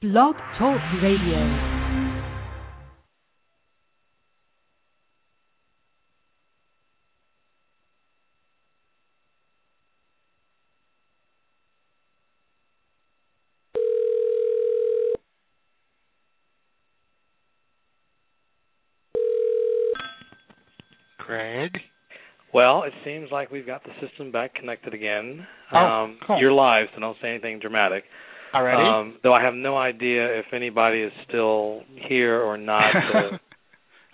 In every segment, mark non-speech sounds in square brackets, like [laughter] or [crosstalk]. Blog Talk Radio. Greg? Well, it seems like we've got the system back connected again. Oh, um, cool. You're live, so don't say anything dramatic. Already? [laughs] Um, though I have no idea if anybody is still here or not. [laughs] but,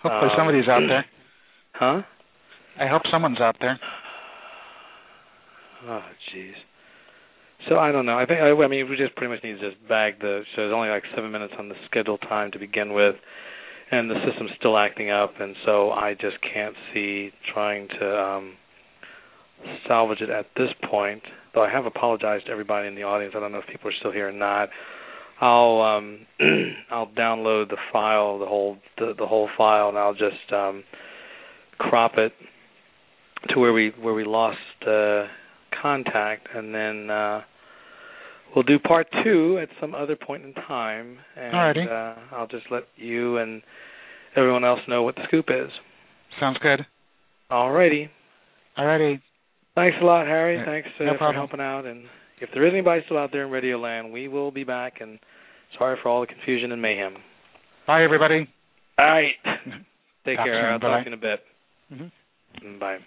Hopefully um, somebody's out there. Huh? I hope someone's out there. Oh, jeez. So I don't know. I think I, I mean we just pretty much need to just bag the show. There's only like seven minutes on the scheduled time to begin with, and the system's still acting up, and so I just can't see trying to um, salvage it at this point. Though I have apologized to everybody in the audience. I don't know if people are still here or not. I'll um, [clears throat] I'll download the file, the whole the, the whole file, and I'll just um, crop it to where we where we lost. Uh, contact, and then uh, we'll do part two at some other point in time. And Alrighty. uh, I'll just let you and everyone else know what the scoop is. Sounds good. Alrighty. Alrighty. Thanks a lot, Harry. Yeah, Thanks uh, no for problem. helping out. And if there is anybody still out there in Radio Land, we will be back. And sorry for all the confusion and mayhem. Bye, everybody. All right. Take Talk care. soon. I'll Bye-bye. talk to you in a bit. Mm-hmm. Bye.